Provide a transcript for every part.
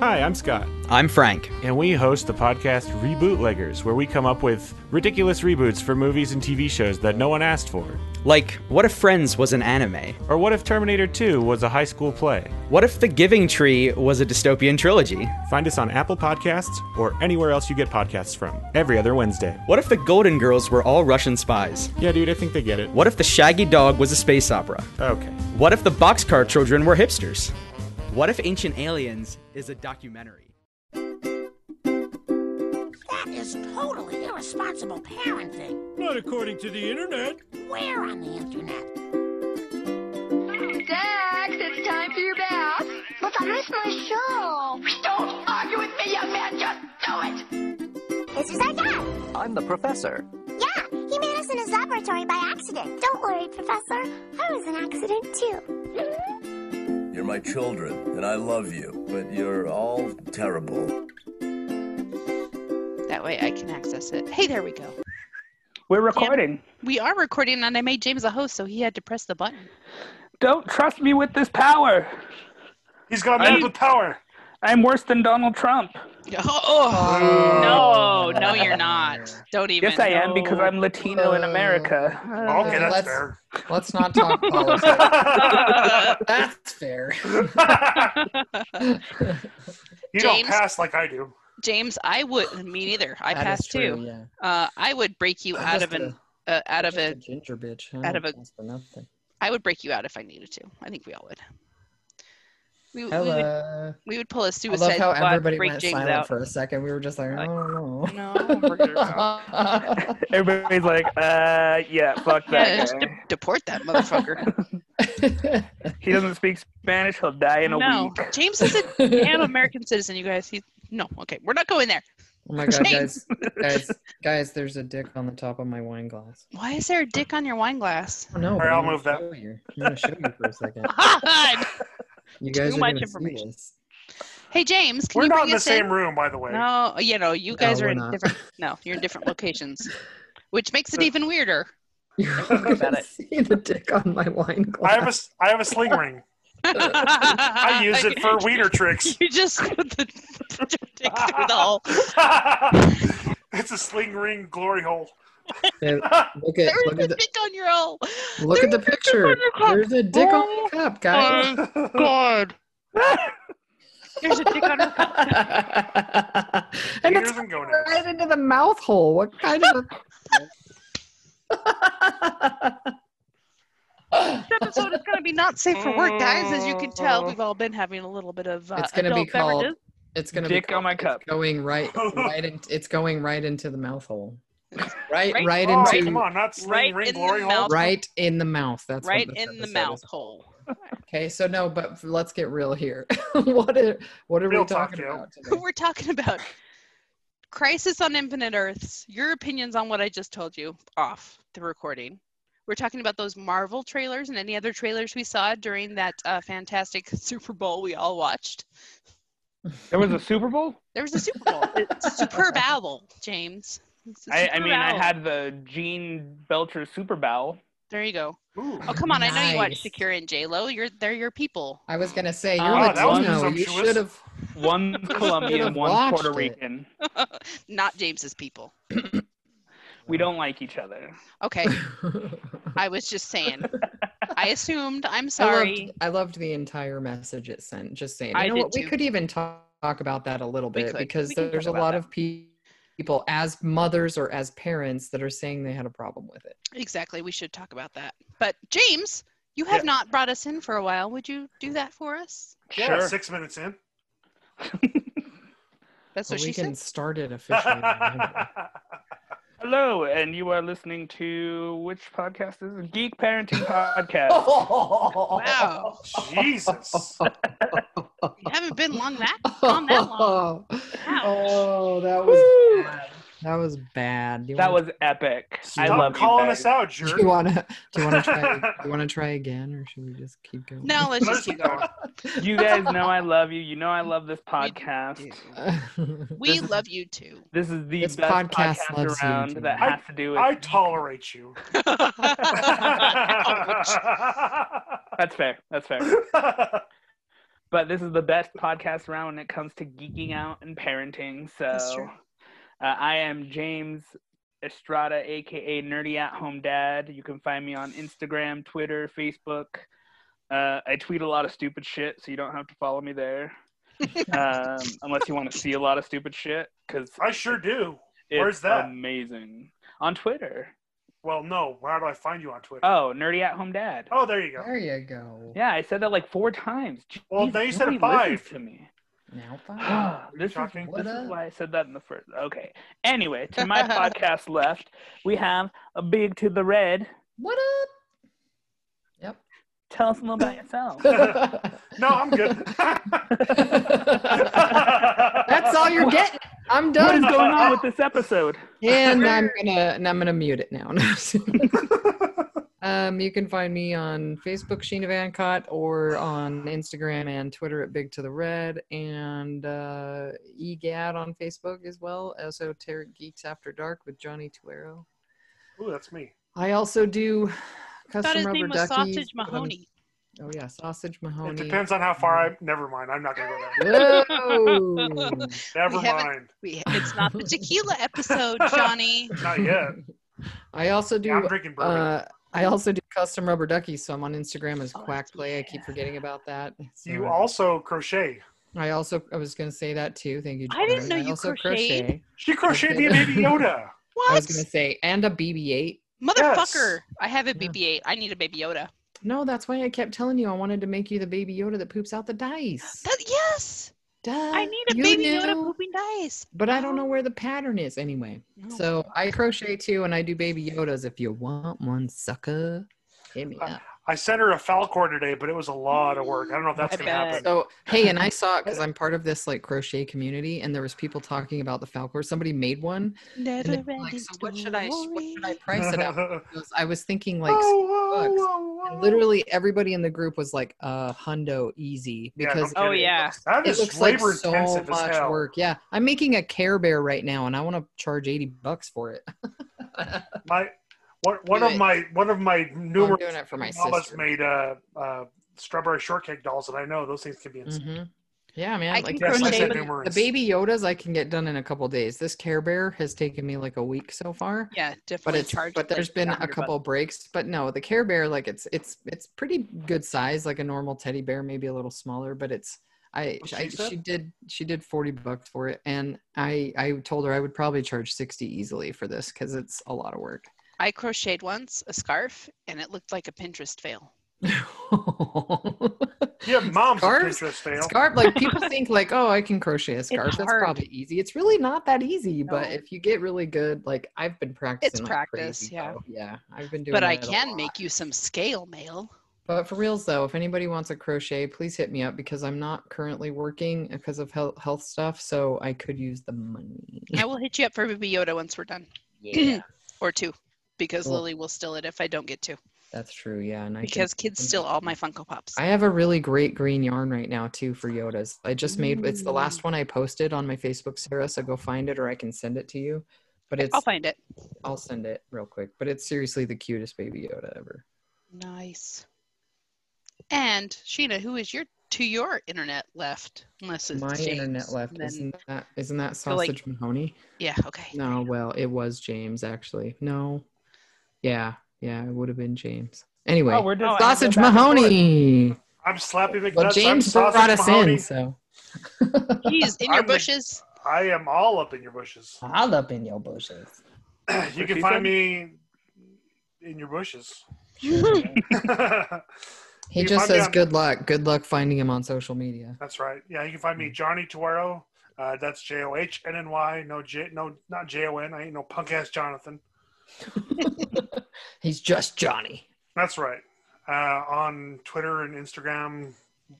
Hi, I'm Scott, I'm Frank. and we host the podcast Rebootleggers, where we come up with ridiculous reboots for movies and TV shows that no one asked for. Like, what if Friends was an anime? Or what if Terminator 2 was a high school play? What if The Giving Tree was a dystopian trilogy? Find us on Apple Podcasts or anywhere else you get podcasts from every other Wednesday. What if the Golden Girls were all Russian spies? Yeah, dude, I think they get it. What if the Shaggy Dog was a space opera? Okay. What if the Boxcar Children were hipsters? What if Ancient Aliens is a documentary? That is totally irresponsible parenting. Not according to the internet. Where on the internet? Dax, it's time for your bath. But I missed my show. Don't argue with me, young man. Just do it. This is our dad. I'm the professor. Yeah, he made us in his laboratory by accident. Don't worry, Professor. I was an accident too. You're my children, and I love you, but you're all terrible. That way I can access it. Hey, there we go. We're recording. We are recording, and I made James a host, so he had to press the button. Don't trust me with this power. He's got mental power. I'm worse than Donald Trump. Oh, no, no, you're not. Don't even. Yes, I am because I'm Latino in America. Uh, Okay, that's Oh. let's- fair. Let's not talk politics. That's fair. you don't James? pass like I do. James, I would. Me neither. I That is passed true, too. Yeah. Uh, I would break you out Just of an. a- Uh, out of just a, ginger bitch. out of a- For nothing. I would break you out if I needed to. I think we all would. We, we would, Hello. we would pull a I suicide love how squad, everybody break went James silent out. Uh, for a second. We were just like, Like, oh no. No, Everybody's like, uh, yeah, fuck yeah, that just guy. de- deport that motherfucker. Oh He doesn't speak Spanish. He'll die in a no, week. James is a an American citizen. You guys, he's no. Okay, we're not going there. oh my god, James. guys, guys, guys! There's a dick on the top of my wine glass. Why is there a dick on your wine glass? Oh no! Alright, but I'll I'm gonna move that. show you. I'm gonna show you for a second. God! You guys Too are much gonna see information. this. Hey James, can We're you not bring in the us same room, by the way. No, you know, you guys No, are we're in not. different. No, you're in different locations, which makes Uh, it even weirder. You're all Think about gonna it. see the dick on my wine glass. I have a s- I have a sling ring. I I use it for wiener tricks. You just put the put your dick through the hole. it's a sling ring glory hole. Yeah, Look at There is look a at the, dick on your Oh. hole. look at the picture. There's, There's a dick on the cup, guys. God. There's a dick on her. and Wiener it's doesn't go there. right into the mouth hole. What kind of? A... This episode is going to be not safe for work, guys. As you can tell, we've all been having a little bit of uh, It's gonna be adult called- beverages. it's gonna Dick be on my cup. going right, right. In, it's going right into the mouth hole. Right, Right- right, Oh, into, come on, not sling right ring in the glory hole. mouth. right in the mouth. That's what right this in the episode is. mouth hole. Okay, so no, but f- let's get real here. what are what are Real we talk, talking Joe. about today? We're talking about Crisis on Infinite Earths. Your opinions on what I just told you off the recording. We're talking about those Marvel trailers and any other trailers we saw during that uh, fantastic Super Bowl we all watched. There was a Super Bowl? There was a Super Bowl. It's superb owl, James. It's a I, I superb mean, I owl. had the Gene Belcher Super Bowl. There you go. Ooh. Oh, come on! I know you watch Nice. Secure and J Lo. You're they're your people. I was gonna say you're Oh, that was Latino. You presumptuous. should have. One's Colombian, Should've one's Puerto watched it. Rican. Not James's people. We don't like each other. Okay, I was just saying. I assumed. I'm sorry. I loved, I loved the entire message it sent. Just saying. You I know did what? We too. could even talk, talk about that a little We bit could. because We can there's a talk about lot that. of pe- people as mothers or as parents that are saying they had a problem with it. Exactly. We should talk about that. But James, you have Yeah. not brought us in for a while. Would you do that for us? Yeah, Sure. six minutes in. That's what we she can said. start it officially. now. Hello, and you are listening to which podcast is it? Geek Parenting Oh, Podcast. Wow, Jesus. you haven't been long that on that long. Oh, that Woo. was bad. that was bad. Do you That wanna- was epic. Stop I love you calling guys. us out, Do jerk. you wanna? Do you wanna try? do you wanna try again, or should we just keep going? No, let's just keep going. You guys know I love you. You know I love this We, podcast. do. no. We This is- love you too. This is the This best podcast podcast, loves you, around too. that I- has to do with. I tolerate you. Ouch. Uh, That's fair. That's fair. But this is the best podcast around when it comes to geeking out and parenting. That's So true. uh, I am James Estrada, aka Nerdy at Home Dad. You can find me on Instagram, Twitter, Facebook. Uh, I tweet a lot of stupid shit, so you don't have to follow me there, um, unless you want to see a lot of stupid shit. Because I sure do. Where's it's that? amazing on Twitter. Well, no. How do I find you on Twitter? Oh, Nerdy at Home Dad. oh, there you go. There you go. Yeah, I said that like four times. Well, Jeez, now you said it nobody listens five. To me. Now fine. this is, Shocking. this is What why I said that in the first. Okay. Anyway, to my podcast left, we have a big to the red. What Tell us a little about yourself. up? No, I'm good. That's all you're getting. I'm what is done. going on with this episode? And I'm gonna and I'm gonna mute it now. um, you can find me on Facebook, Sheena Van Cott, or on Instagram and Twitter at Big to the Red, and uh, EGAD on Facebook as well. Esoteric Geeks After Dark with Johnny Tuero. Ooh, that's me. I also do I thought custom his rubber name was duckies, Sausage but I'm- Mahoney. oh yeah, sausage Mahoney. It depends on how far I. Never mind. I'm not gonna go there. Whoa. Never We haven't- mind. We, it's not the tequila episode, Johnny. Not yet. I also do. Yeah, I'm drinking bourbon. Uh, I also do custom rubber duckies, so I'm on Instagram as Oh, Quack Play. I keep forgetting about that. So you I- also crochet. I also I was going to say that too. Thank you. I didn't Jordan. know you also crocheted. She crocheted me a baby Yoda. I What? was going to say and a BB-8. Motherfucker. I have a Yeah. BB-8. I need a Baby Yoda. No, that's why I kept telling you I wanted to make you the baby Yoda that poops out the dice. That, yes. Duh, I need a you Baby Yoda Oh. knew. pooping dice. But I don't know where the pattern is anyway. No. So I crochet too, and I do baby Yodas. If you want one, sucker, hit me up. I sent her a falcor today, but it was a lot of work. I don't know if that's I gonna bet. happen. So hey, and I saw it because I'm part of this like crochet community, and there was people talking about the Falcor. Somebody made one. And Never they were like, ending so what should I what should I story. price it out? Because I was thinking like Whoa, whoa, bucks. whoa, and whoa. literally everybody in the group was like, uh, hundo easy Yeah, no because kidding. Oh, yeah. that it is looks like labor so intensive as much hell. work. Yeah, I'm making a Care Bear right now, and I want to charge eighty bucks for it. My one, one Do of it. my one of my No, I'm numerous doing it for my mamas sister. made uh, uh, strawberry shortcake dolls, and I know those things can be insane. Mhm. Yeah, man. I like can Yes, I crochet said with- numerous. the baby Yodas, I can get done in a couple days. This Care Bear has taken me like a week so far. Yeah, but definitely it's charged. but there's like been a 100 couple breaks but no the care bear like it's it's it's pretty good size like a normal teddy bear maybe a little smaller but it's i What she, she I, said? she did she did 40 bucks for it and i i told her i would probably charge 60 easily for this because it's a lot of work bucks. I crocheted once a scarf, and it looked like a Pinterest fail. Yeah, mom's Scarves? Pinterest fail. scarf like people think like oh i can crochet a scarf that's hard. probably easy it's really not that easy but No. if you get really good like i've been practicing like practice, crazy, yeah. though. yeah i've been doing But I it a can lot. make you some scale mail. But for reals though, if anybody wants a crochet, please hit me up because I'm not currently working because of health, health stuff, so I could use the money. I will hit you up for Baby Yoda once we're done, Yeah, or two, because Cool. Lily will steal it if I don't get to. that's true. Yeah, and I can- Because kids steal all my Funko Pops. I have a really great green yarn right now too for Yodas. I just made it's the Ooh. last one I posted on my Facebook, Sarah. So go find it, or I can send it to you. But it's I'll find it. I'll send it real quick. But it's seriously the cutest baby Yoda ever. Nice. And Sheena, who is your to your internet left? Unless it's my James, internet left. and then- Isn't that isn't that So, like- sausage Mahoney? yeah. Okay. No, well, it was James actually. No. Yeah, yeah, it would have been James. Anyway, Oh, we're just Sausage going back and forth. Mahoney. I'm Slappy McNuts. Well, I'm James Sausage brought us Mahoney. in, so Jeez, in your I'm the- bushes. I am all up in your bushes. I'll up in your bushes. you what can she find said? me in your bushes. He You just find me says on- good luck. Good luck finding him on social media. That's right. Yeah, you can find me Johnny Tuero. Uh, that's J O H N N Y. No J. No, not J O N. I ain't no punk ass Jonathan. He's just Johnny. That's right. Uh, on Twitter and Instagram,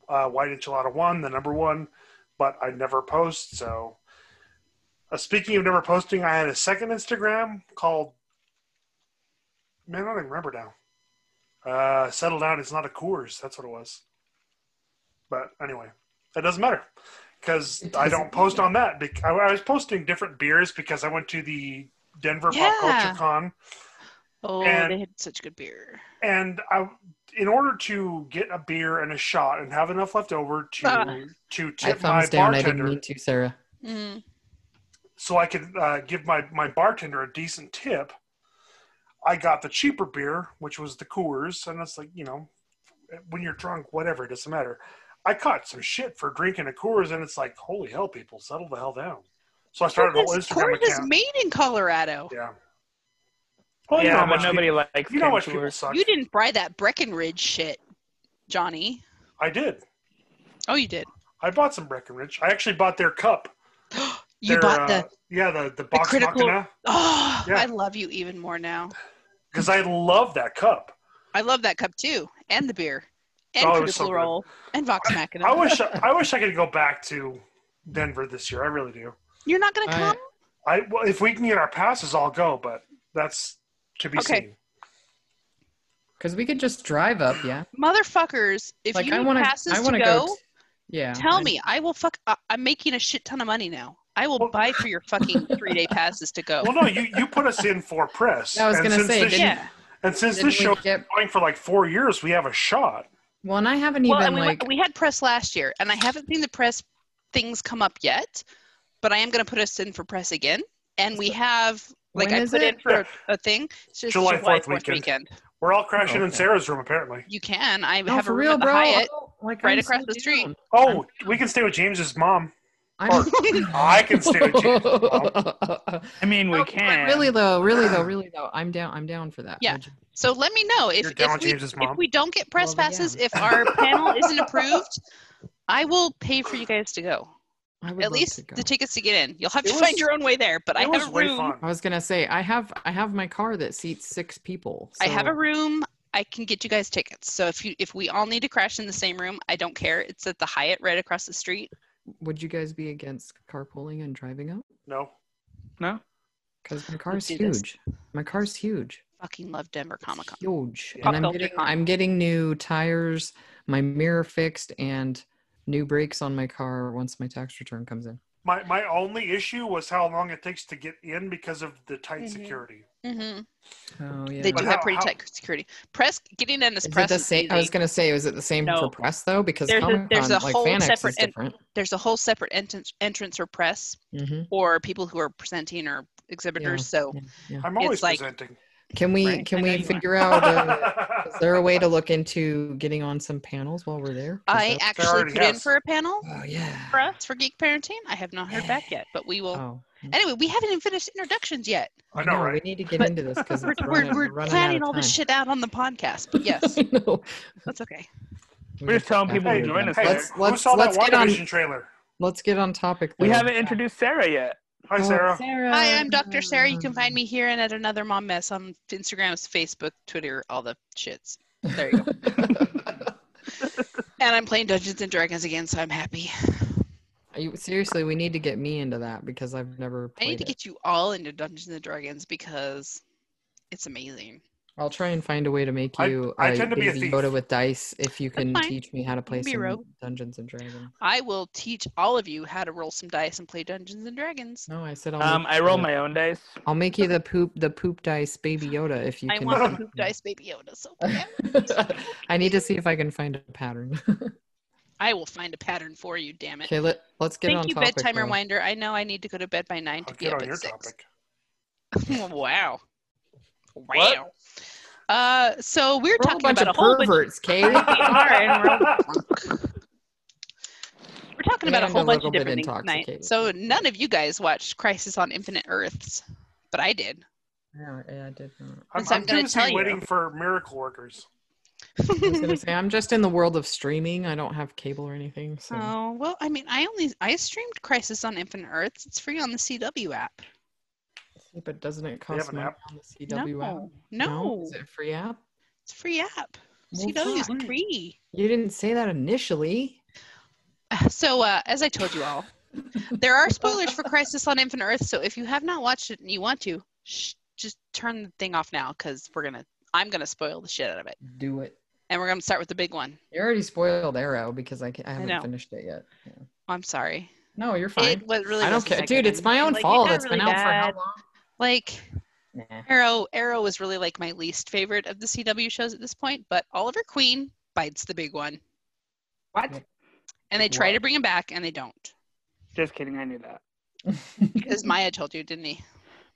uh, White Enchilada One, the number one. But I never post. So, uh, speaking of never posting, I had a second Instagram called. Man, I don't even remember now. Uh, Settle down. It's not a Coors. That's what it was. But anyway, that doesn't matter because It I doesn't don't post on that. Bec- I, I was posting different beers because I went to the Denver Pop Yeah. Culture Con Oh, and- they had such good beer. and I in order to get a beer and a shot and have enough left over to Ah. to I tip my thumbs down. I didn't bartender mean to, Sarah. Mm. so I could uh, give my, my bartender a decent tip. I got the cheaper beer, which was the Coors, and it's like you know, when you're drunk, whatever it doesn't matter. I caught some shit for drinking a Coors, and it's like, holy hell, people, settle the hell down. So I started a whole Corn is, corn Instagram is account. made in Colorado. Yeah. Well, you know yeah, how but much nobody people, likes you know how much Ken Tour. people suck. You didn't buy that Breckenridge shit, Johnny. I did. Oh, you did. I bought some Breckenridge. I actually bought their cup. You Their, bought uh, the. yeah the the box critical- Machina Oh, yeah. I love you even more now. because I love that cup. I love that cup too, and the beer, and Oh, it was so Critical good. Role, and Vox Machina. I wish I wish I could go back to Denver this year. I really do. You're not gonna I- come. I well, if we can get our passes, I'll go. But that's to be Okay. seen. Because we could just drive up, yeah. motherfuckers, if like you I need want to. passes I want to to go, go. t- yeah. tell I- me. I will fuck. I, I'm making a shit ton of money now. I will Well- buy for your fucking three day passes to go. Well, no, you, you put us in for press. I was and gonna since say, this, didn't- yeah. and since Didn't this we show is get- going for like four years, we have a shot. well, and I haven't Well, even and we, went- like. we had press last year, and I haven't seen the press things come up yet, but I am going to put us in for press again. And we have, like, When I is put it? in for a, a thing. It's just July July, 4th 4th weekend. weekend. We're all crashing in Okay. Sarah's room apparently. You can. I No, have a for room real, at the bro. Hyatt. I'll- like, right I'm across so the street. down. Oh, we can stay with James's mom. I'm- I can stay with James's mom. I mean, we No, but can. Really though, really though, really though, I'm down. I'm down for that. Yeah. Would you- So let me know if, You're down if, with we, James's mom? if we don't get press Well, yeah. passes, if our panel isn't approved, I will pay for you guys to go. I would At love least to go. the tickets to get in. You'll have It to find was- your own way there, but I It was have a way room. I fun. was gonna say I have I have my car that seats six people. I have a so- room. I can get you guys tickets. So if you if we all need to crash in the same room, I don't care. It's at the Hyatt right across the street. Would you guys be against carpooling and driving up? No, No. Because my car's do this. huge. My car's huge. Fucking love Denver Comic Con. Huge. Pop And I'm filter getting con. I'm getting new tires, my mirror fixed, and new brakes on my car once my tax return comes in. my my only issue was how long it takes to get in because of the tight Mhm. security. hmm Oh yeah. They do But have how- pretty how- tight security. Press getting in this Is press. it the is same? I was easy. gonna say, is it the same No. for press though? Because There's a- Comic Con, there's a like whole Fanex, is separate en- different. There's a whole separate entrance entrance for press Mhm. or people who are presenting or exhibitors. So Yeah, yeah. I'm always It's like- presenting. Can we Right. can I know we you are. figure out? uh is there a way to look into getting on some panels while we're there? 'Cause I that- actually already put in has. for a panel oh yeah. for us for Geek Parenting. I have not heard back yet, but we will. Oh, Anyway, we haven't even finished introductions yet. I know, right? We need to get But- into this because We're, we're, we're planning all this shit out on the podcast, but yes, I know. that's okay. We're just telling people to Afterward, join yeah. us. Hey, Let's who let's saw let's that get on WandaVision trailer? let's get on topic. We though. haven't introduced Sarah yet. Hi, Oh, Sarah. Sarah. Um, Hi, I'm Dr. Sarah. You can find me here and at another mom mess on Instagram, Facebook, Twitter, all the shits. There you go. and I'm playing Dungeons and Dragons again, so I'm happy. Are you- seriously, we need to get me into that because I've never. I Played need to it. get you all into Dungeons and Dragons because it's amazing. I'll try and find a way to make I- you I uh, tend to be a Baby thief. Yoda with dice if you can fine. teach me how to play be a some rogue. Dungeons and Dragons. I will teach all of you how to roll some dice and play Dungeons and Dragons. No, I said I'll. Um, make I you roll the- my own dice. I'll make you the poop the poop dice Baby Yoda if you I can. want Wow. to poop dice, baby Yoda. So bad. I need to see if I can find a pattern. I will find a pattern for you, damn it. okay, let let's get Thank on you, topic. bedtime though. reminder. I know I need to go to bed by nine to I'll be Oh, get up on at your six. topic. wow. What? Wow. Uh, so we're We're all a talking bunch about a of whole bunch. perverts, Kate. We are, and we're, all drunk. We're talking about a And whole a bunch little of bit different things tonight. intoxicated. So none of you guys watched Crisis on Infinite Earths, but I did. yeah, yeah, I did. Not. I'm, Since I'm I'm gonna busy tell you. waiting for miracle workers. I was gonna say I'm just in the world of streaming. I don't have cable or anything. So Oh well, I mean, I only I streamed Crisis on Infinite Earths. It's free on the CW app. See, but doesn't it have cost an money app? on the CW app? No, no, Is it a free app? it's a free app. Well, CW is fuck. free. You didn't say that initially. So, uh, as I told you all, there are spoilers for Crisis on Infinite Earth. So, if you have not watched it and you want to, sh- just turn the thing off now because we're gonna, I'm gonna spoil the shit out of it, Do it. and we're gonna start with the big one. You already spoiled Arrow because I, ca- I haven't know. finished it yet. Yeah. I'm sorry. No, you're fine. It was really. I don't wasn't care, that dude. good. It's my own Like, it fault. got It's been really out for how bad. long? Like, Nah. Arrow Arrow is really like my least favorite of the CW shows at this point, but Oliver Queen bites the big one. What? And they try What? to bring him back and they don't. Just kidding, I knew that. Because Maya told you, didn't he?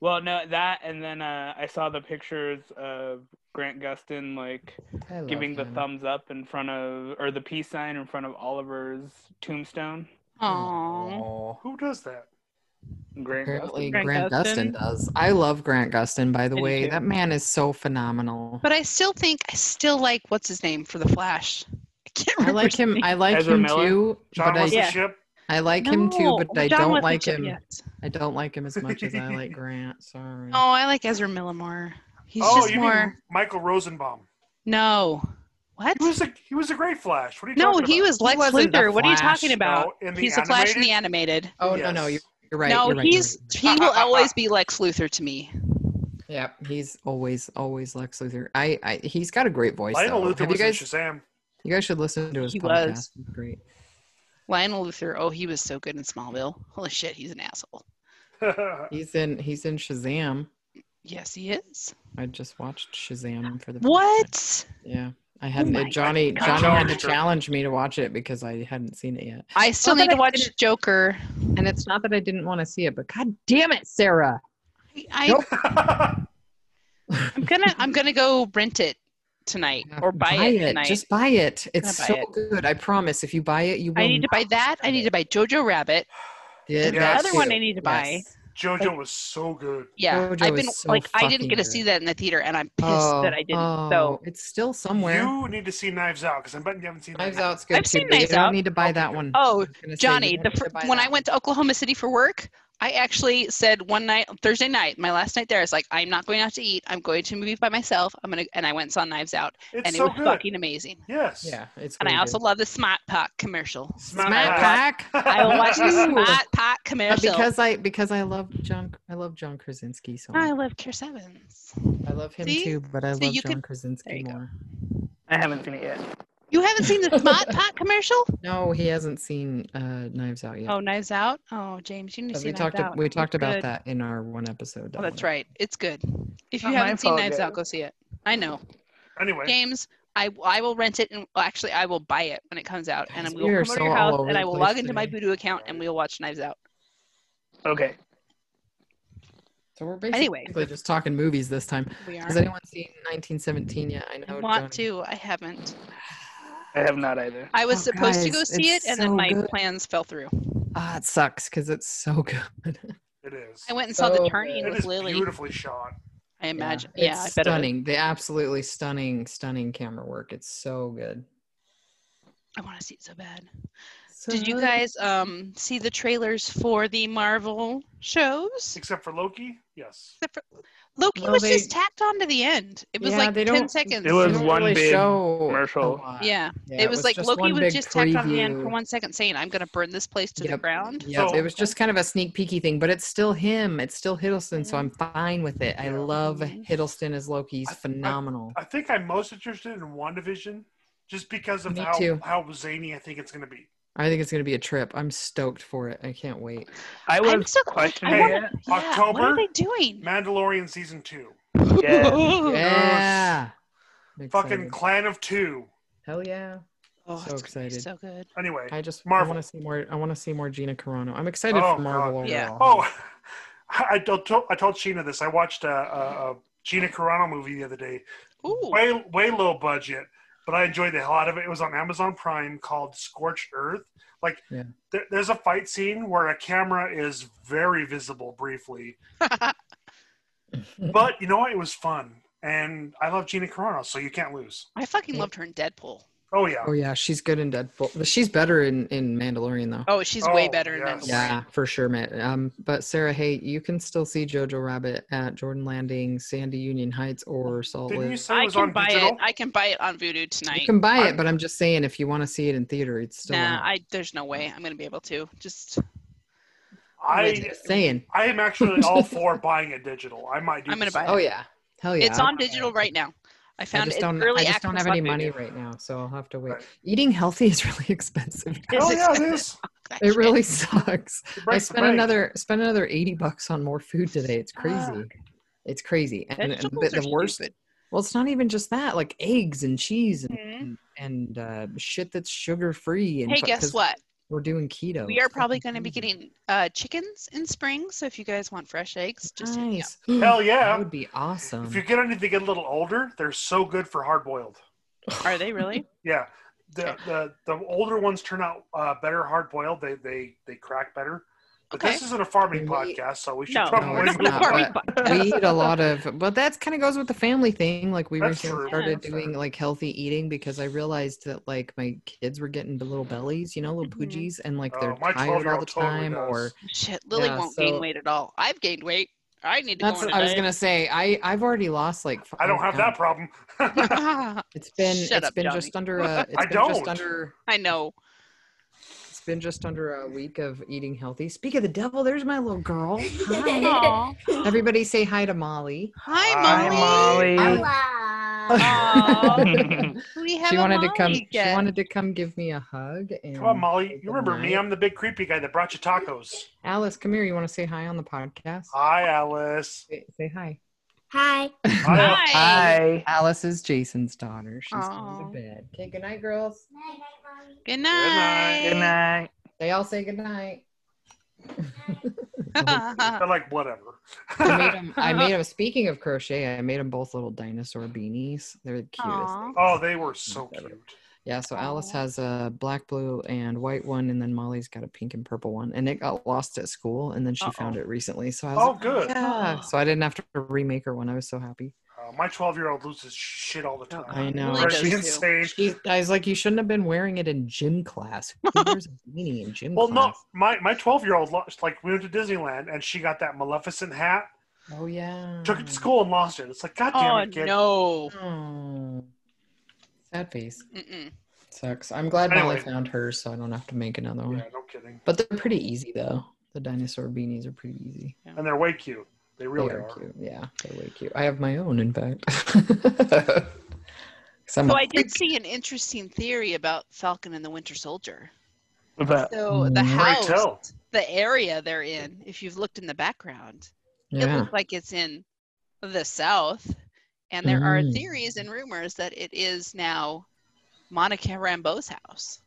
Well, no, that and then uh, I saw the pictures of Grant Gustin like I love giving the him. thumbs up in front of or the peace sign in front of Oliver's tombstone. Aww. Oh. Who does that? Grant Apparently, Gustin. Grant, Grant Gustin Gustin. does. I love Grant Gustin, by the I do way. too. That man is so phenomenal. But I still think I still like what's his name for the Flash. I can't I remember. like him. I like Ezra him Miller? too. John but I, wants Yeah. the ship. I like him too, but I don't like him. Yet. I don't like him as much as I like Grant. Sorry. Oh, I like Ezra Miller more. He's oh, just you more. mean Michael Rosenbaum? No. What? He was a he was a great Flash. What are you No, talking about? he was Lex wasn't the Luthor. What are you Flash, talking about? No, in the He's the Flash in the animated. Oh, no, no, you're, Yes. you're right. no, you're right, you're he's right. he will always be Lex Luthor to me. Yeah, he's always always Lex Luthor. I, I he's got a great voice. Lionel though. Luther Have you was guys in Shazam. you guys should listen to his He podcast. was. He's Great. Lionel Luthor. Oh, he was so good in Smallville. Holy shit, he's an asshole. He's in he's in Shazam. Yes, he is. I just watched Shazam for the first What? Oh time. Yeah. I hadn't my Johnny God. Johnny had to Joker. challenge me to watch it because I hadn't seen it yet. I still Not need that to I watch didn't- Joker. And it's not that I didn't want to see it, but god damn it, Sarah. I, Nope. I'm gonna I'm gonna go rent it tonight or buy, it, tonight. Just buy it. It's buy so it. good. I promise. If you buy it, you will I need to buy that. I need to buy Jojo Rabbit. Did Yeah, the that other one too. I need to buy. Yes. Jojo was so good. Yeah, Jojo I've been is so like I didn't fucking get to good. see that in the theater, and I'm pissed that I didn't. oh, so it's still somewhere. You need to see Knives Out because I'm betting you haven't seen Knives that. Out's good I've too, seen but you Knives don't Out. need to buy that one. I oh, was gonna say, Johnny, you the don't need to fir- buy when that I went to Oklahoma City for work, I actually said one night Thursday night, my last night there, I was like, I'm not going out to eat. I'm going to a movie by myself. I'm gonna and I went and saw Knives Out, It's and it so was good. fucking amazing. yes. one. yeah, it's And I really also good. love the Smart Pack commercial. Smack Smack Pack. Pack. I will watch the Ooh. Smart Pack But commercial. because I because I love John I love John Krasinski so I much. love Care Sevens. I love him See? too, but I So love you John could- there Krasinski you go. more. I haven't seen it yet. You haven't seen the Smart Pack commercial? No, he hasn't seen uh, Knives Out yet. Oh, Knives Out. Oh, James, you need to 'Cause see we Knives talked Out. we It's talked about good. that in our one episode. Oh, on that's it. right. It's good. If you Not my haven't seen fault, Knives Out, James. go see it. I know, Anyway, James. Oh, I I will rent it, and well, actually, I will buy it when it comes out, and Guys, we will we are come over to so all your house, over and the I will place log into my today. Voodoo account, and we will watch Knives Out. Okay. So we're basically Anyway. just talking movies this time. We are. Has anyone seen 1917 yet? I I know. want Johnny- to. I haven't. I have not either. I was Oh, supposed to go guys, see it, it's and then so my good. plans fell through. Ah, it sucks because it's so good. it is. I went and saw The So Turning good. It with is Lily. beautifully shot. I imagine. Yeah, Yeah, it's I bet it. stunning. The absolutely stunning, stunning camera work. It's so good. I want to see it so bad. Did Uh-huh. you guys um see the trailers for the Marvel shows? Except for Loki, yes. Except for Loki Well, was they- just tacked on to the end. It was Yeah, like they ten don't- seconds. It was They don't one big show a commercial. lot. yeah. Yeah, it was, like just Loki one was big just tacked on the end for preview. one second, saying, "I'm going to burn this place to the Yep. ground." Yep, So- it was just kind of a sneak peeky thing, but it's still him. It's still Hiddleston, so I'm fine with it. I Yeah. love Mhm. Hiddleston as Loki. He's I- I- phenomenal. I think I'm most interested in WandaVision just because of Me how, too. how zany I think it's going to be. I think it's going to be a trip. I'm stoked for it. I can't wait. I I'm was still like, I questioning wanna- it. Yeah, What October? are they doing? Oh, Mandalorian season two. Yeah. Yeah. I'm Fucking excited. Clan of Two. Hell yeah. Oh, So it's gonna be excited. So good. Anyway. I just Marvel. I want to see more. I want to see more Gina Carano. I'm excited Oh, for Marvel God. Yeah. overall. Oh, I told, I told Sheena this. I watched a, a, a Gina Carano movie the other day. Ooh. Way, way low budget, but I enjoyed the hell out of it. It was on Amazon Prime called Scorched Earth. Like, Yeah. there, there's a fight scene where a camera is very visible briefly. But you know what? It was fun. And I love Gina Carano, so you can't lose. I fucking loved her in Deadpool. Oh, yeah. Oh yeah, she's good in Deadpool. But She's better in in Mandalorian though. Oh, she's way Oh, better than yes. Mandalorian. Yeah, for sure, man. Um, but Sarah, hey, you can still see Jojo Rabbit at Jordan Landing, Sandy Union Heights, or Salt Didn't you Lake. say it I was can on buy digital? it. I can buy it on Voodoo tonight. You can buy it, but I'm just saying if you want to see it in theater, it's still. nah, out. I there's no way I'm gonna be able to. Just I'm I, just saying. I am actually all for buying it digital. I might do I'm gonna the buy same. it. Oh yeah, hell yeah. it's on digital right now. I I found just it don't. early I just don't access have any on money Voodoo. right now, so I'll have to wait. Right. Eating healthy is really expensive. It's Oh, yeah, it expensive. is. Fuck that It shit. really sucks. It I breaks the spent bank. another spent another eighty bucks on more food today. It's crazy. It's crazy. And, and Vegetables the, are the worst. Well, it's not even just that. Like eggs and cheese and Mm-hmm. and uh, shit that's sugar free. And Hey, fu- guess 'cause what? We're doing keto. We are probably going to be getting uh, chickens in spring, so if you guys want fresh eggs, just hit me up. nice. Hell yeah. That would be awesome. If you get anything a little older, they're so good for hard boiled. Are they really? Yeah, the, the the older ones turn out uh, better hard boiled. They they they crack better. But this Okay. isn't a farming We- podcast, so we should No, No, probably it's move We're not not, on. farming but we eat a lot of, but that kind of goes with the family thing. Like we That's recently true. started Yeah. doing like healthy eating because I realized that like my kids were getting the little bellies, you know, little Mhm. poogies, and like Oh, they're my tired all the 12-year-old totally time. does. Or Shit, Lily Yeah, won't so- gain weight at all. I've gained weight. I need to that's go what on I a was diet. gonna say. I I've already lost like. Five I don't have that pounds. problem. It's been Shut it's up, been Johnny. just under a. It's I been don't. Just under I know. it's been just under a week of eating healthy. Speak of the devil, there's my little girl. Hi. Aw. Everybody say hi to Molly. Hi, Hi, Molly. Hello. Aw. We have she a wanted to come. Molly She guest. wanted to come give me a hug. And Come on, Molly. say You remember me? goodnight. I'm the big creepy guy that brought you tacos. Alice, come here. You want to say hi on the podcast? Hi, Alice. Say, say hi. Hi. Hi. Hi. Hi. Alice is Jason's daughter. She's going Aw. to bed. Okay, good night, girls. Good night. night. Good night. They all say good night. But like whatever. I made them. I made them. Speaking of crochet, I made them both little dinosaur beanies. They're the cutest. Aw. things. oh, they were so cute. Yeah, so Alice Aw. has a black, blue, and white one, and then Molly's got a pink and purple one. And it got lost at school, and then she found Uh-oh. it recently. So I was Oh, like, good. yeah. So I didn't have to remake her one. I was so happy. Uh, my 12 year old loses shit all the time. I know. Really Drives me does, too. insane. She, I was like, you shouldn't have been wearing it in gym class. Who wears a beanie in gym Well, no, class? my my 12 year old lost. Like we went to Disneyland and she got that Maleficent hat, No. Oh yeah. took it to school and lost it. It's like, God damn Oh, it, kid. no. Oh. Sad face. Mm-mm. Sucks. I'm glad Molly Anyway. found hers, so I don't have to make another one. Yeah, no kidding. But they're pretty easy though. The dinosaur beanies are pretty easy. And they're way cute. They really they are, are. cute. Yeah, they're way cute. I have my own, in fact. 'Cause I'm So a I did freak. see an interesting theory about Falcon and the Winter Soldier. What's that? So the Mm. Pray house, tell. the area they're in, if you've looked in the background, it Yeah. looks like it's in the South. And there are Mm. theories and rumors that it is now Monica Rambeau's house.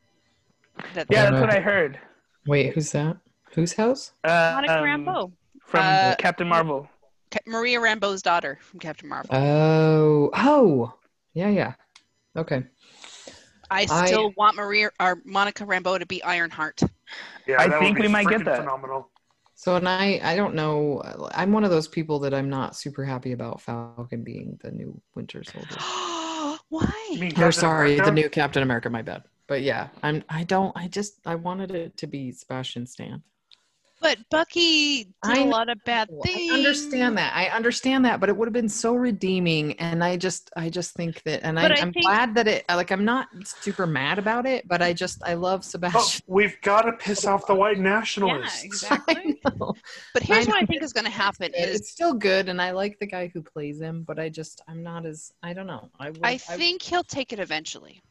That Yeah, they're- that's what I heard. Wait, who's that? Whose house? Uh, Monica um, Rambeau, from Uh, Captain Marvel. Ca- Maria Rambeau's daughter from Captain Marvel. Oh, oh, yeah, yeah. Okay. I I- still want Maria or Monica Rambeau to be Ironheart. Yeah, I that would think be we might get freaking that. Phenomenal. So, and I, I don't know. I'm one of those people that I'm not super happy about Falcon being the new Winter Soldier. Why? You mean Or Captain sorry, the America? new Captain America. My bad. But yeah, I'm. I don't. I just. I wanted it to be Sebastian Stan. But Bucky did I a know. lot of bad things. Oh, I understand that. I understand that, but it would have been so redeeming, and I just, I just think that, and I, But I I'm think- glad that it. Like, I'm not super mad about it, but I just, I love Oh, Sebastian. we've got to piss off the white Yeah, nationalists. exactly. I know. But here's I what I know. think is going to happen is It's still good, and I like the guy who plays him, but I just, I'm not as, I don't know. I, would, I think he'll take it eventually.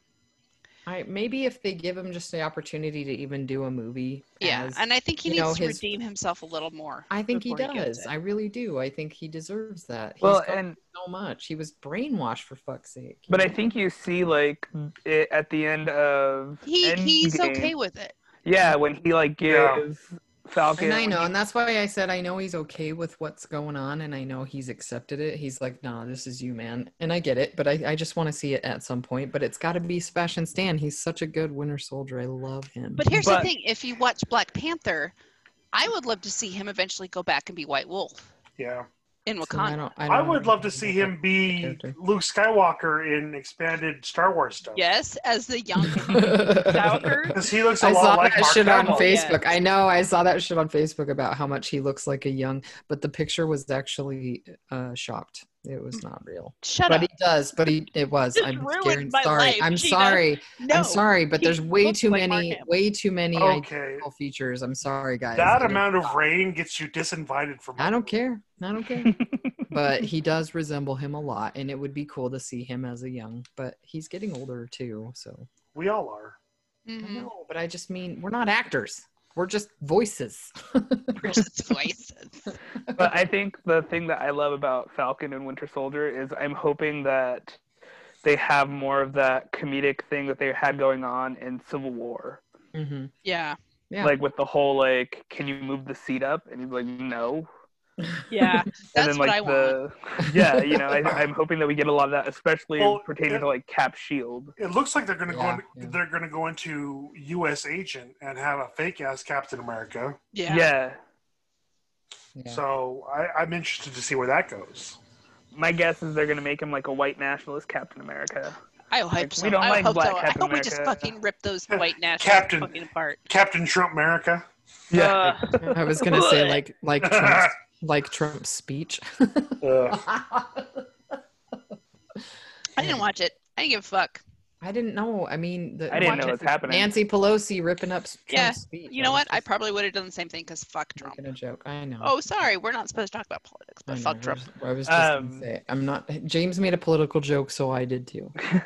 I, maybe if they give him just the opportunity to even do a movie. Yeah, as- and I think he you needs know, to his- redeem himself a little more. I think he before gets does. it. I really do. I think he deserves that. He's Well, done and so much. He was brainwashed for fuck's sake. but I think you see like it at the end of He he's Endgame. okay with it. Yeah, when he like Yeah. gives Falcon. And I know, and that's why I said I know he's okay with what's going on, and I know he's accepted it. He's like, "Nah, this is you, man," and I get it. But I, I just want to see it at some point. But it's got to be Sebastian Stan. He's such a good Winter Soldier. I love him. But here's But- the thing: if you watch Black Panther, I would love to see him eventually go back and be White Wolf Yeah. in So I, Wakanda. don't, I, I don't would know. love to see him be Character. Luke Skywalker in expanded Star Wars stuff. Yes, as the young Falcon. I Because he looks a saw lot like that Mark shit on Hamill. yeah. Facebook. I know. I saw that shit on Facebook about how much he looks like a young, but the picture was actually uh, shopped. It was not real. Shut but up! he does. But he it was. Just I'm ruined scared. my Sorry. life, I'm Gina. sorry. No, I'm sorry, but he there's way looks too like Mark many, Hamill. Oh. way too many Okay. identical features. I'm sorry, guys. That It is- amount of rain gets you disinvited from. I don't care. I don't care. but he does resemble him a lot, and it would be cool to see him as a young. But he's getting older too, so We all are. I Mhm. know. But I just mean we're not actors. We're just voices. Chris's voice. but I think the thing that I love about Falcon and Winter Soldier is I'm hoping that they have more of that comedic thing that they had going on in Civil War. Mm-hmm. Yeah. Yeah. Like with the whole like, can you move the seat up? And he's like, no. Yeah. and That's then what like I want. the yeah, you know, I, I'm hoping that we get a lot of that, especially Well, pertaining yeah. to like Cap Shield. It looks like they're going to Yeah, go. In, yeah. They're going to go into U.S. agent and have a fake ass Captain America. Yeah. Yeah. Yeah. So I, I'm interested to see where that goes. My guess is they're gonna make him like a white nationalist Captain America. I hope so. we don't I like hope black so. I Captain hope we just America. fucking rip those white nationals Captain. fucking apart. Captain Trump America. Yeah. I was gonna say like like Trump's, like Trump's speech. Uh, I didn't watch it. I didn't give a fuck. I didn't know. I mean, the, I didn't watch know it. what's happening. Nancy Pelosi ripping up Trump's Yeah, speech. You know what? I was probably would have done the same thing because fuck just Trump. making a joke. I know. Oh, sorry. We're not supposed to talk about politics, I but know. fuck I Trump. was- I was just Um, gonna say, I'm not. James made a political joke, so I did too.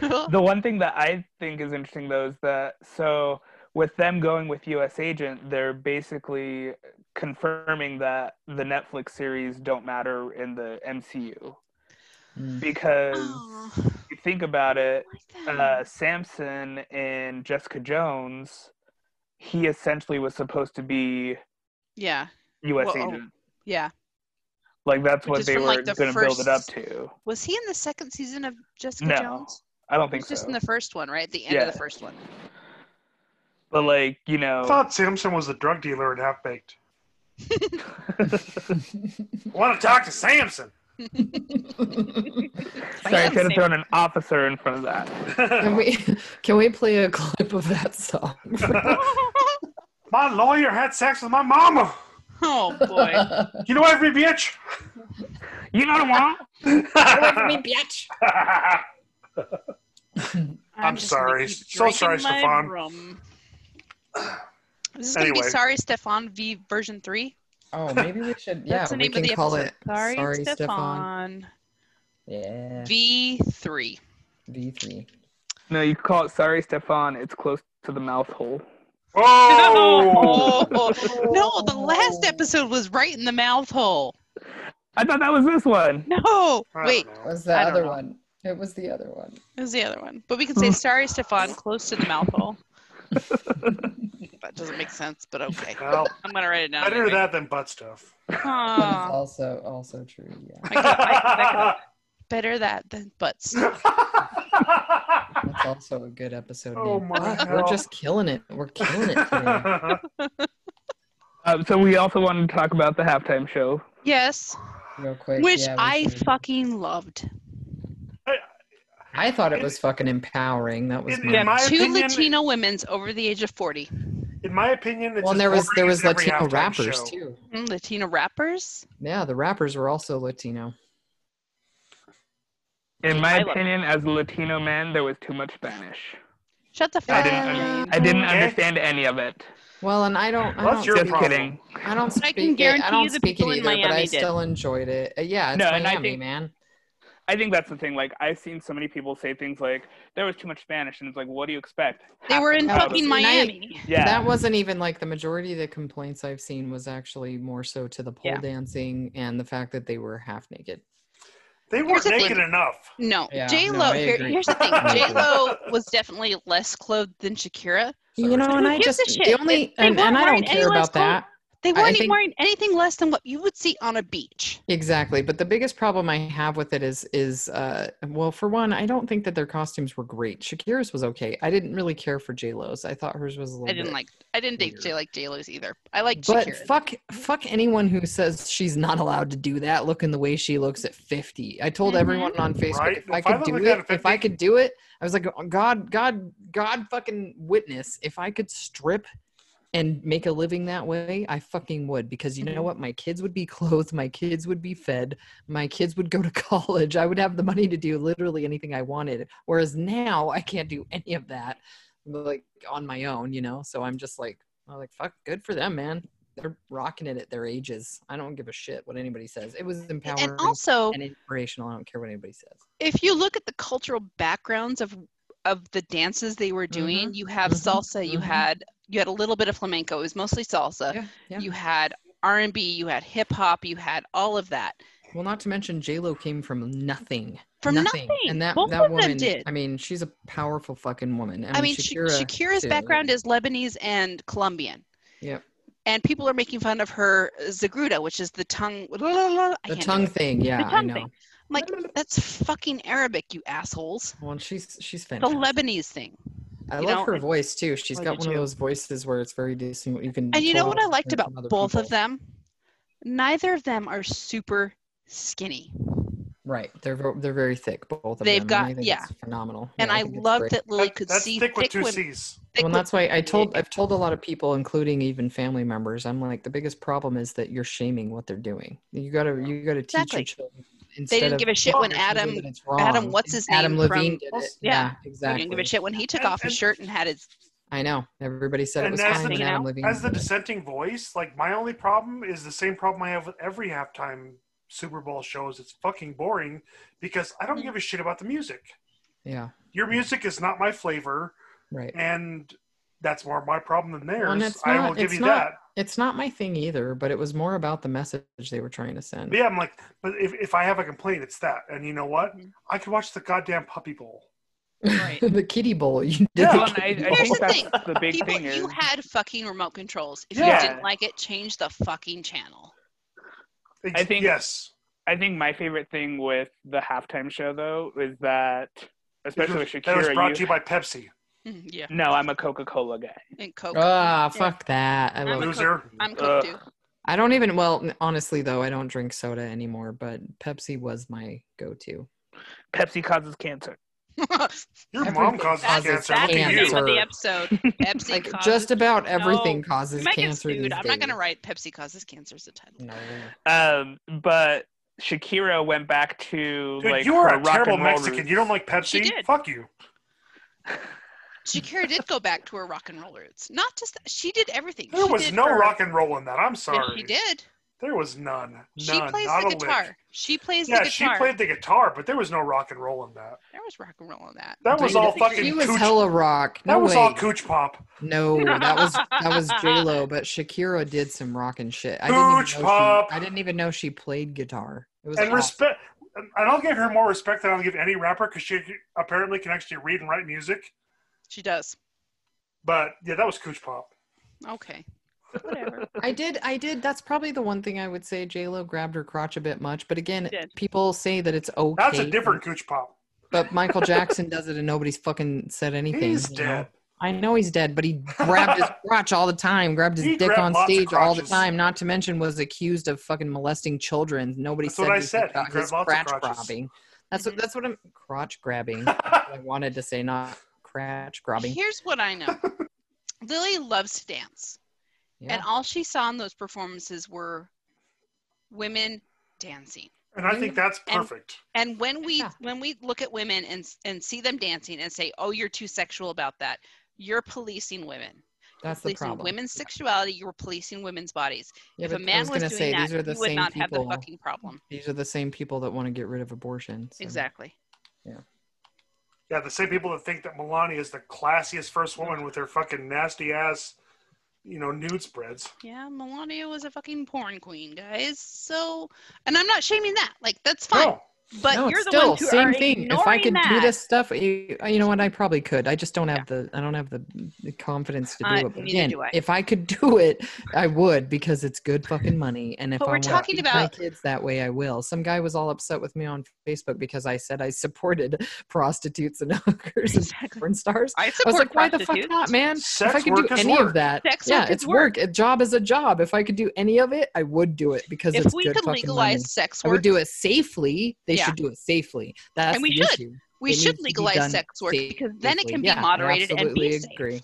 the one thing that I think is interesting though is that so with them going with US Agent, they're basically confirming that the Netflix series don't matter in the MCU Mm. because Aw, Hmm. if you think about it, like that. uh, Samson and Jessica Jones, he essentially was supposed to be yeah. U.S. Well, Agent. Yeah. Like that's which what is they from, were like, the going to build it up first- to. Was he in the second season of Jessica No, Jones? I don't He think was just so. in the first one, right? The end of Yeah. the first one. But like you I know, thought Samson was a drug dealer in Half Baked. I want to talk to Samson. sorry, I should have Fancy. thrown an officer in front of that. Can we can we play a clip of that song? my lawyer had sex with my mama. Oh boy. You know what, me bitch? You know what I want? bitch. I'm just gonna sorry. keep So sorry, drinking my Stefan. rum. This is going to be Anyway. Sorry Stefan V version 3. Oh, maybe we should. Yeah, That's the we name can of the call episode. it. Sorry, Stefan. Stefan. Yeah, V3. V three. No, you call it sorry, Stefan. It's close to the mouth hole. Oh! Oh, no, the last episode was right in the mouth hole. I thought that was this one. No. I don't Wait, know. Was the I don't other know. one? It was the other one. it was the other one. But we can say Sorry Stefan close to the mouth hole. that doesn't make sense, but okay. Well, I'm going to write it down. better anyway. that than butt stuff. But it's Aw, also also true. Yeah, I got- I- that got- better that than butts. that's also a good episode. Oh name. my Fuck, We're God. just killing it. We're killing it. Today. Uh, so we also wanted to talk about the halftime show. Yes, Real quick, which yeah, we I should. fucking loved. I thought it was fucking empowering. That was It- my yeah, my- Two opinion- Latino women's over the age of 40. In my opinion, it's well, and as there was boring there as was every Latino halftime rappers show. too. Mm, Latino rappers? Yeah, the rappers were also Latino. In my I love- opinion, as a Latino man, there was too much Spanish. Shut the I fuck didn't. up. un- I Eh? didn't Okay. understand any of it. Well, and I don't. I Well, don't that's your speak, Just problem. kidding. I don't speak I can it. guarantee I you don't the speak it people in either, but I Miami did. still enjoyed it. Uh, Yeah, it's No, and I Miami, think- man. I think that's the thing. Like I've seen so many people say things like there was too much Spanish, and it's like, what do you expect? They were in Half the fucking crowd was- Miami. Yeah. That wasn't even like the majority of the complaints I've seen was actually more so to the pole Yeah. dancing and the fact that they were half naked. They Here's weren't the naked enough. No, Yeah, J no, Lo. I here, agree. here's the thing: I J agree. Lo was definitely less clothed than Shakira. You know, and Who I gives just a the shit? only They and, and weren't I wearing don't any care less about that. They I weren't even think- wearing anything less than what you would see on a beach. Exactly, but the biggest problem I have with it is is uh well, for one, I don't think that their costumes were great. Shakira's was okay. I didn't really care for J Lo's. I thought hers was a little. I didn't bit- like. I didn't dig J like J Lo's either. I liked But Shakira. fuck, fuck anyone who says she's not allowed to do that. Looking the way she looks at fifty, I told Mhm. everyone on Facebook Right? if I If I could look do like that it, at if I 50 could do it, I was like, "Oh, God, God, God, fucking witness. If I could strip and make a living that way, I fucking would. Because you know what, my kids would be clothed, my kids would be fed, my kids would go to college. I would have the money to do literally anything I wanted. Whereas now, I can't do any of that, like on my own, you know. So I'm just like. I'm like, fuck, good for them, man. They're rocking it at their ages. I don't give a shit what anybody says. It was empowering and and, also, inspirational. I don't care what anybody says. if you look at the cultural backgrounds of of the dances they were doing, you have mhm, salsa. You mhm. had you had a little bit of flamenco. It was mostly salsa. Yeah, yeah. You had R&B, you had hip hop, you had all of that. Well, not to mention J Lo came from nothing. From nothing. And that Both that of them woman. did. I mean, she's a powerful fucking woman. I mean, Sha- Shakira's too. background is Lebanese and Colombian. Yep. And people are making fun of her uh, Zagruda, which is the tongue. I The can't do tongue it. thing. The Yeah, I tongue know. thing. I'm like, that's fucking Arabic, you assholes. Well, and she's she's The fantastic. Lebanese thing. I you love know, her it- voice too. She's Well, got did one of you? those voices where it's very distinct. You can. And you know what I totally liked hear it about from other both of people. them? Neither of them are super skinny. Right. They're vo- they're very thick. Both of They've them. and I got- think yeah. it's phenomenal. And Yeah, I, think it's love great. that Lily could That's see thick with two women- C's. thick Well, and women- that's why I told I've told a lot of people, including even family members, I'm like the biggest problem is that you're shaming what they're doing. You gotta you gotta Exactly. teach your children. They didn't instead give a shit telling when your children Adam- that it's wrong. Adam- what's his Adam name Levine from- did it. Yeah. Yeah, I exactly. didn't give a shit when he took And- off his and- shirt and had his. I know. Everybody said it And was as fine the- when you Adam know, Levine. As the did it. dissenting voice, like my only problem is the same problem I have with every halftime Super Bowl show is it's fucking boring because I don't give a shit about the music. Yeah. Your music is not my flavor, Right. and that's more my problem than theirs. Well, and it's I not- will give it's you not- that. It's not my thing either, but it was more about the message they were trying to send. But yeah, I'm like, but if, if I have a complaint, it's that. And you know what? I could watch the goddamn Puppy Bowl. Right. the kiddie bowl. You did Yeah. the Well, and I, kiddie I Here's think bowl. the that's thing. the big People, thing. Is, you had fucking remote controls. If Yeah. you didn't like it, change the fucking channel. Ex- I think- yes. I think my favorite thing with the halftime show though is that, especially with that was Shakira, brought you- to you by Pepsi. Mm, yeah. no, I'm a Coca-Cola guy. And Coke. Ah, fuck that. I love I'm a Loser. Uh, I'm Coke Ugh. too. I don't even well n- honestly though I don't drink soda anymore but Pepsi was my go-to. Pepsi causes cancer. Your mom Everything causes causes cancer. Look That's the at name you. of the Cancer. episode. Pepsi Like causes just about everything No. causes You might get cancer these sued. I'm not gonna days. write Pepsi causes cancer as a title. No, we're Um, but Shakira went back to Dude, like you are her a rock terrible and roll Mexican. roots. You don't like Pepsi? She did. Fuck you. Shakira did go back to her rock and roll roots. Not just that. she did everything. There She was did no her- rock and roll in that. I'm Yes, sorry. She did. There was none. None. She plays not the a guitar. lick. She plays Yeah, the she guitar. played the guitar, but there was no rock and roll in that. There was rock and roll in that. That was all Dude, fucking She was cooch. hella rock. No that was way. all cooch pop. No, that was that was J Lo, but Shakira did some rockin' shit. I Cooch didn't, even know pop. she, I didn't even know she played guitar. It was And awesome. respect. And I'll give her more respect than I'll give any rapper because she apparently can actually read and write music. She does. But yeah, that was cooch pop. Okay. Whatever. I did. I did. That's probably the one thing I would say. J Lo grabbed her crotch a bit much, but again, did. people say that it's okay. That's a different cooch pop. But Michael Jackson does it, and nobody's fucking said anything. He's you know? dead. I know he's dead, but he grabbed his crotch all the time, grabbed his He dick grabbed on lots of stage all the crotches. time. Not to mention, was accused of fucking molesting children. Nobody That's said what I anything said. He about grabbed his lots of crotch crotches. grabbing. That's what. Mhm. That's what I'm crotch grabbing. That's what I wanted to say not crotch grabbing. Here's what I know. Lily loves to dance. Yeah. And all she saw in those performances were women dancing. And I think that's And- perfect. And when we Yeah. when we look at women and s- and see them dancing and say, "Oh, you're too sexual about that." You're policing women. That's the policing problem. women's sexuality, you're policing women's bodies. Yeah, if but a I man was was, gonna doing say, that, these are the he would same not have the people- fucking problem. These are the same people that want to get rid of abortion. so- Exactly. Yeah, the same people that think that Melania is the classiest first woman with her fucking nasty ass, you know, nude spreads. Yeah, Melania was a fucking porn queen, guys. So, and I'm not shaming that. Like, that's fine. No. But no, you're it's the still ones who same are thing. If I ignoring could do that. this stuff, you, you know what? I probably could. I just don't have the I don't have the, the confidence to do Uh, it. But neither again, do I. if I could do it, I would because it's good fucking money. And if But I we're want talking to teach my about- kids that way, I will. Some guy was all upset with me on Facebook because I said I supported prostitutes and hookers and Exactly. porn stars. I I was support like, why the fuck prostitutes. not, man? Sex if I could work do is any work. of that, Sex yeah, work is it's work. A job is a job. If I could do any of it, I would do it because If it's we good could fucking legalize money. sex I work, would do it safely. They Yeah. should do it safely. That's And we the should. issue. we It should needs to be done legalize sex work because then it safely. can Yeah, be I moderated and be absolutely safe. agree.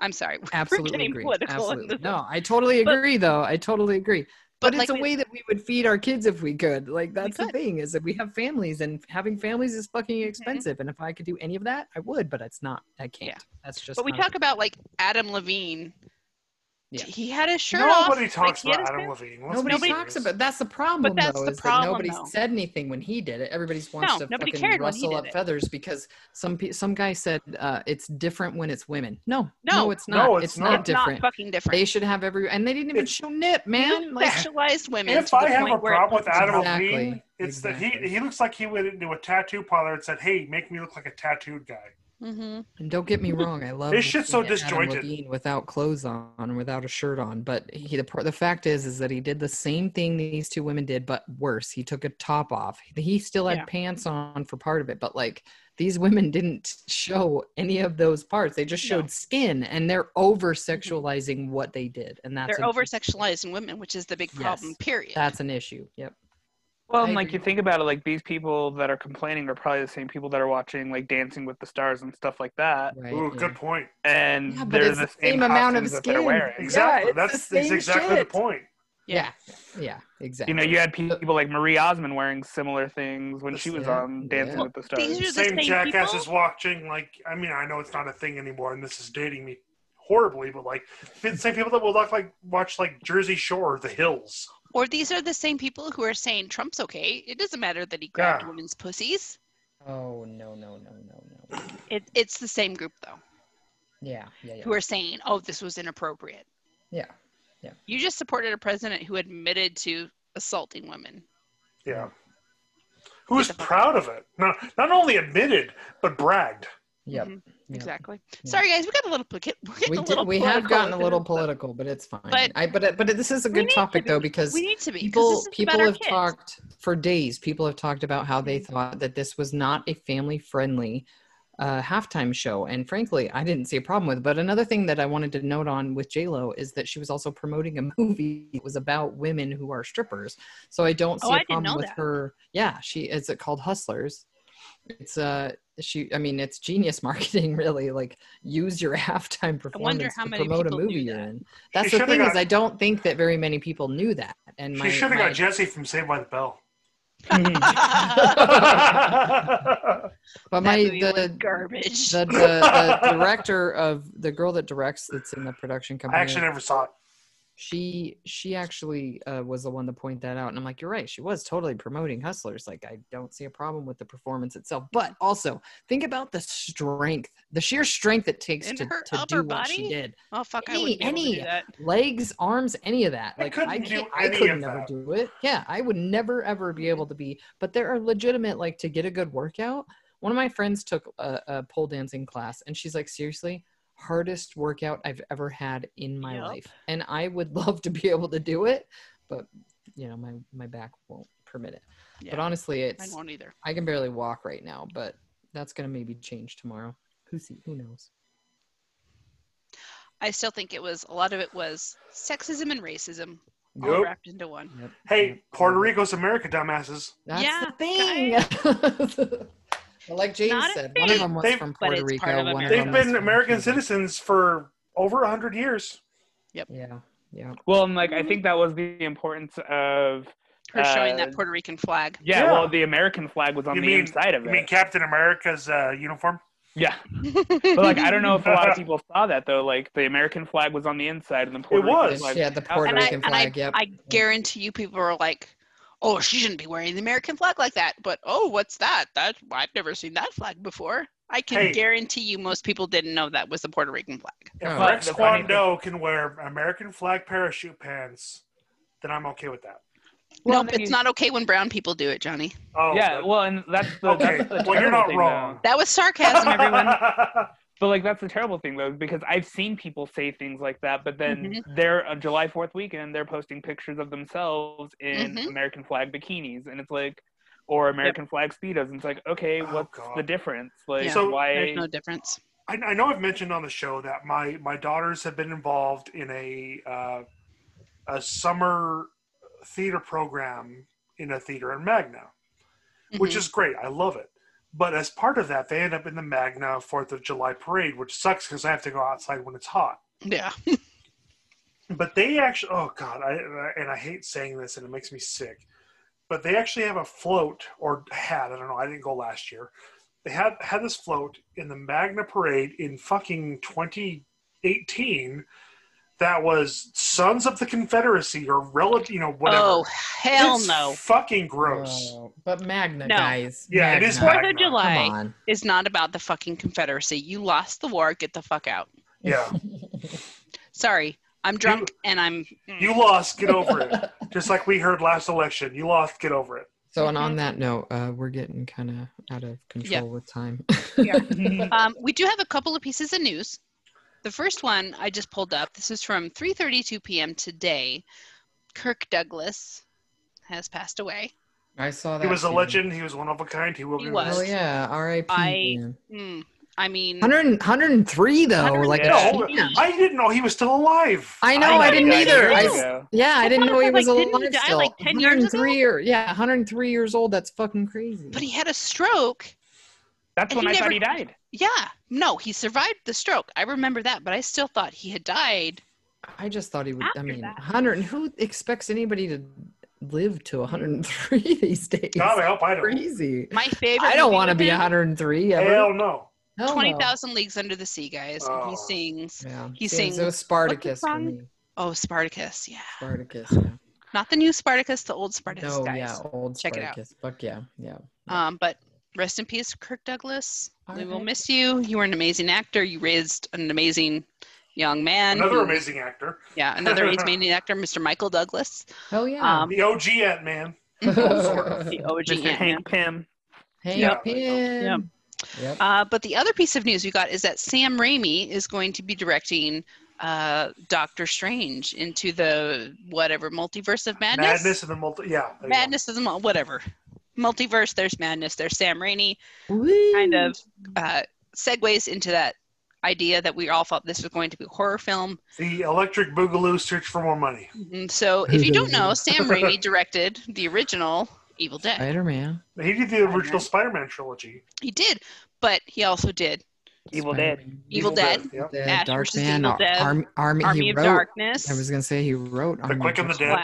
I'm sorry. we're Absolutely getting agree. political in Absolutely. this. No, I totally But- agree though. I totally agree. But, like it's we- a way that we would feed our kids if we could. Like that's the could. Mm-hmm. thing is that we have families and having families is fucking expensive. And if I could do any of that, I would, but it's not I can't. That's just But we not- talk about like Adam Levine He had his shirt off. Nobody like, talks he had about his Adam shirt- Levine. Let's Nobody be talks serious. about. That's the problem, that's though, the is that problem, nobody though. said anything when he did it. Everybody wants No, to nobody fucking cared when he rustle did up it. feathers because some pe- some guy said uh, it's different when it's women. No, no, No. it's not. No, it's not, not. It's not different. fucking different. they should have every and they didn't even It's- show nip, man. You Like, sexualized women. If to the I have point a where it problem with comes Adam out. Exactly. Levine, it's that Exactly. he he looks like he went into a tattoo parlor and said, "Hey, make me look like a tattooed guy." Mm-hmm. Mhm. and don't get me wrong, I love This shit's so looking at Adam disjointed. Levine without clothes on, and without a shirt on. But he, the pro- the fact is, is that he did the same thing these two women did, but worse. He took a top off. He still had Yeah. pants on for part of it, but like these women didn't show any of those parts. They just No. showed skin, and they're over sexualizing what they did, and that's They're an- over sexualizing women, which is the big Yes. problem, period. That's an issue. Yep. Well, I and like agree. you think about it, like these people that are complaining are probably the same people that are watching like Dancing with the Stars and stuff like that, Right. Ooh, yeah. good point. and Yeah, but they're it's the the same, same amount of costumes that they're skin. wearing. Exactly. it's the That's, that's same exactly shit. the point. Yeah. Yeah. Exactly. You know, you had people like Marie Osmond wearing similar things when This- she was yeah, on Dancing yeah. with the Stars. These are the Same, same jackass people? is watching. Like, I mean, I know it's not a thing anymore, and this is dating me horribly, but like, the same people that will look like watch like Jersey Shore, or The Hills. Or these are the same people who are saying Trump's okay. It doesn't matter that he grabbed Yeah. women's pussies. Oh no no no no no. It, it's the same group though Yeah yeah yeah. who are saying, "Oh, this was inappropriate." yeah. You just supported a president who admitted to assaulting women. Yeah. Who is proud of it? Not not only admitted, but bragged. Yep. Mhm. Yeah. Exactly. Yeah. Sorry, guys, we got a little. We're getting We a did, little we have political gotten a with little this, but political, but it's fine. But- I but it- but this is a We good need to topic be- though because We need to be 'cause people this is about people our have kids. Mm-hmm. talked for days. People have talked about how they thought that this was not a family friendly uh, halftime show, and frankly, I didn't see a problem with. it. But another thing that I wanted to note on with J Lo is that she was also promoting a movie that was about women who are strippers. So I don't see Oh, I a didn't problem know with that. her. Yeah, she is it called Hustlers. It's uh she I mean it's genius marketing really like use your halftime I wonder performance how to many promote a people knew movie you're that. in. That's She the shoulda thing is got- I don't think that very many people knew that. And my, she should have my- got Jesse from Saved by the Bell. but That my movie was the garbage. Oh the, the, the director of the girl that directs that's in the production I company. actually never saw it. she she actually uh, was the one to point that out and i'm like you're right she was totally promoting hustlers like i don't see a problem with the performance itself but also think about the strength the sheer strength it takes In to, her to upper do what she body? did oh fuck! I any- wouldn't be able to any- do that. legs arms any of that I like couldn't i do can't i any could of never that. do it yeah i would never ever be able to be but there are legitimate like to get a good workout one of my friends took a, a pole dancing class and she's like seriously hardest workout i've ever had in my Yep. life and i would love to be able to do it but you know my my back won't permit it but Yeah. honestly Mine it's won't either. i can barely walk right now but that's gonna maybe change tomorrow who see who knows I still think it was a lot of it was sexism and racism all Yep. wrapped into one. Yep. Hey, Yep. Puerto Rico's America, dumbasses. That's Yeah, the thing. Well, like James Not a said, one of thing, them was They've- from but Puerto it's part Rico. of one of America. They've them was been from American Cuba. citizens for over a hundred years. Yeah, yeah. Well, and like I Mm-hmm. think that was the importance of Her showing Uh, that Puerto Rican flag. yeah, Yeah. Well, the American flag was on You the mean- inside of I it. mean, Captain America's uh, uniform. yeah, but like I don't know if a lot of people saw that though. Like the American flag was on the inside, and the Puerto Rican was. Yeah, flag she had the Puerto and I, Rican and I, flag, yep. I guarantee you people are like, oh, she shouldn't be wearing the American flag like that. But oh, what's that? That I've never seen that flag before. I can Hey. guarantee you most people didn't know that was the Puerto Rican flag. If Oh. Rex The funny thing- Kwando can wear American flag parachute pants, then I'm okay with that. Well, nope, then it's you- not okay when brown people do it, Johnny. Oh, yeah, but- well, and that's the okay. that's the well, you're terrible not thing, wrong. That was sarcasm, everyone. But like that's the terrible thing though, because I've seen people say things like that, but then Mhm. they're on July Fourth weekend, they're posting pictures of themselves in Mhm. American flag bikinis, and it's like, or American flag speedos, and it's like, okay, Oh, what's God. the difference? Like, Yeah. So- why? There's no difference. I, I know I've mentioned on the show that my my daughters have been involved in a uh, a summer theater program in a theater in Magna, which is great. I love it. But as part of that, they end up in the Magna Fourth of July parade, which sucks because I have to go outside when it's hot. yeah. But they actually, oh god, I and I hate saying this, and it makes me sick. But they actually have a float or had I don't know. I didn't go last year. They had had this float in the Magna Parade in fucking 2018 that was Sons of the Confederacy or relative, you know, whatever. Oh, hell It's no. Fucking gross. Oh, but Magna, No. guys. Yeah, it Magna. is Fourth Magna. of Come July on. is not about the fucking Confederacy. You lost the war. Get the fuck out. Yeah, Sorry. I'm drunk and I'm. you lost. Get over it. Just like we heard last election, you lost. Get over it. So, and on that note, uh, we're getting kind of out of control with time. Um, we do have a couple of pieces of news. The first one I just pulled up. This is from 3:32 p.m. today. Kirk Douglas has passed away. I saw that. He was a too. legend. He was one of a kind. He will He be. was. Oh yeah, R.I.P. I- man. Mm, I mean, 100, 103 though, like No, yeah. hold I didn't know he was still alive. I know, I didn't Yeah, either. there you I- go. yeah, I didn't know he I was was like, alive didn't he die, still. like, 10 years ago? 103 Or, yeah, 103 years old. That's fucking crazy. but he had a stroke. That's And when he I never- thought he died. Yeah, no, he survived the stroke. I remember that, but I still thought he had died. I just thought he would. I After mean, that. 100. Who expects anybody to live to 103 these days? God, I hope I don't. crazy. My favorite. I don't movie want to with be him, 103 ever. Hell no. Hell no. Twenty thousand leagues under the sea, guys. And he Oh. sings. Yeah. He See, sings- It was Spartacus for song? me. Oh, Spartacus. Yeah, Spartacus. Yeah. not the new Spartacus, the old Spartacus, no, guys. yeah, old Check it out. Spartacus. Fuck yeah, yeah. Um, but rest in peace, Kirk Douglas. we will Alright. miss you. You were an amazing actor. You raised an amazing young man. Another who- amazing actor. Yeah, another amazing actor, Mr. Michael Douglas. Hell yeah. Um, The OG Ant Man. The Mr. OG Ant-Man. Hank Pym. Hank yeah. Pym. Yep. Uh, but the other piece of news we got is that Sam Raimi is going to be directing uh, Doctor Strange into the whatever multiverse of madness. Madness and the multi. Yeah. there you go. Madness of the mul- whatever. Multiverse. There's madness. There's Sam Raimi. Woo. kind of Mm. uh, segues into that idea that we all thought this was going to be a horror film. The Electric Boogaloo Search for More Money. And so, if you don't know, Sam Raimi directed the original Evil Dead. Spider-Man. He did the original Spider Man trilogy. He did, but he also did Evil Dead. Spider-Man. Evil, Dead, Yep. The Ash Dark versus Man. Evil Ar- Dead, Army, Army, Army he of wrote, Darkness, I was gonna say he wrote Army of Quick and the Darkness. Dead.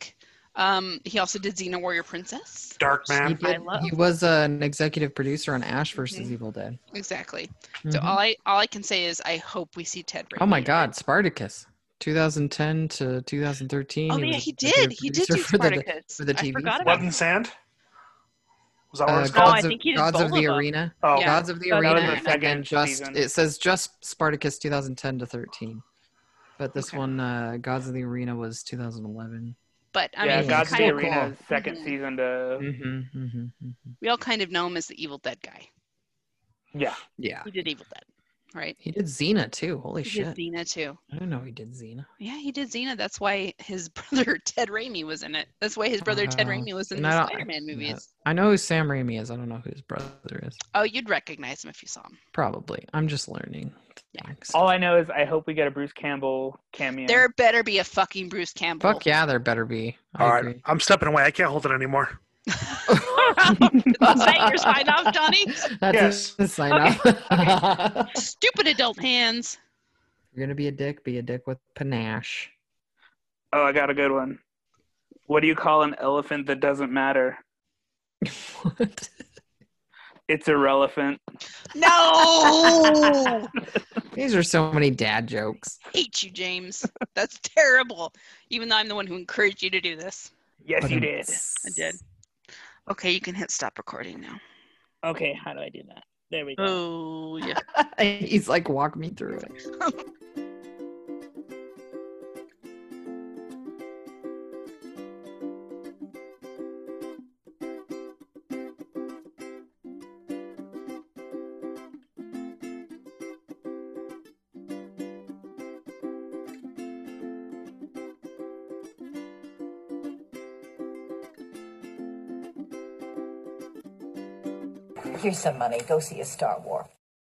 classic. Um, he also did Xena Warrior Princess. Dark He, Man. did, I love- he was uh, an executive producer on Ash versus Evil Dead. Exactly. So Mhm. all I all I can say is I hope we see Ted. Raimi. oh my God, Spartacus, 2010 to 2013. Oh was yeah, an he executive did. He did producer do for the- Spartacus. for the TV I forgot Blood about and Sand. Was that what Uh, it's God- called? I Gods of, think he did Gods of both the of 'em. Arena. Oh, Yeah. Gods of the That was Arena, the and then second just season. it says just Spartacus 2010 to 13, but this Okay. one, uh, Gods of the Arena, was 2011. But I yeah, mean, God's kind the of, cool. Arena's second Mhm. season to. Mm-hmm, mm-hmm, we all kind of know him as the Evil Dead guy. Yeah. Yeah, He did Evil Dead, right? he did Xena too. Holy He shit! did Xena too. I didn't know he did Xena. Yeah, he did Xena. That's why his brother Ted Raimi was in it. That's why his brother Ted Wow. Raimi was in Uh, And the I don't- Spider-Man movies. I know who Sam Raimi is. I don't know who his brother is. Oh, you'd recognize him if you saw him. Probably. I'm just learning. Yeah. things. All I know is I hope we get a Bruce Campbell cameo. There better be a fucking Bruce Campbell. Fuck yeah, there better be. I All right. agree. I'm stepping away. I can't hold it anymore. Is that your sign off, Johnny? That's Yes. a sign off. Stupid adult hands. You're gonna be a dick. Be a dick with panache. Oh, I got a good one. What do you call an elephant that doesn't matter? What? It's irrelevant. No, These are so many dad jokes. hate you, James. That's terrible. Even though I'm the one who encouraged you to do this. Yes, you did. I did. Okay, you can hit stop recording now. Okay, how do I do that? There we go. Oh yeah. He's like, walk me through it. Here's some money. Go see a Star Wars.